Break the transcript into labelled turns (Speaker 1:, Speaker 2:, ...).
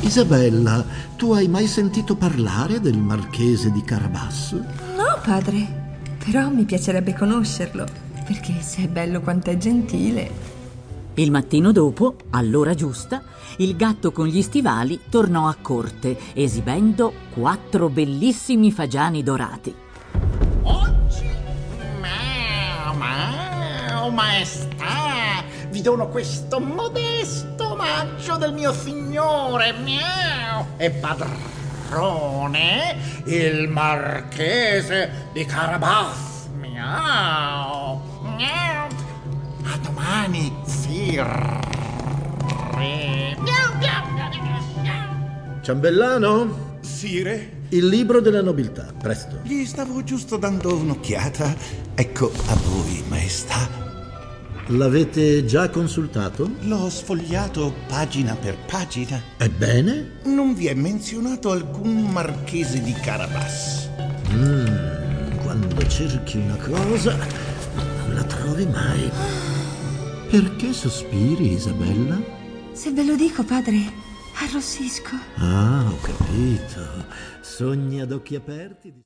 Speaker 1: Isabella, tu hai mai sentito parlare del marchese di Carabasso?
Speaker 2: No, padre, però mi piacerebbe conoscerlo, perché se è bello quanto è gentile.
Speaker 3: Il mattino dopo, all'ora giusta, il gatto con gli stivali tornò a corte, esibendo quattro bellissimi fagiani dorati.
Speaker 4: Oggi, ma, ma, maestà, vi dono questo modesto omaggio del mio signore, miau, e padrone, il marchese di Carabas, miau, miau. A domani, sir. Re. Miau, miau, miau, miau, miau.
Speaker 1: Ciambellano,
Speaker 5: Sire,
Speaker 1: il libro della nobiltà, presto.
Speaker 5: gli stavo giusto dando un'occhiata. Ecco a voi, maestà.
Speaker 1: L'avete già consultato?
Speaker 5: L'ho sfogliato pagina per pagina.
Speaker 1: Ebbene?
Speaker 5: Non vi è menzionato alcun marchese di Carabas.
Speaker 1: Quando cerchi una cosa, non la trovi mai. Perché sospiri, Isabella?
Speaker 2: Se ve lo dico, padre, arrossisco.
Speaker 1: Ah, ho capito. Sogni ad occhi aperti.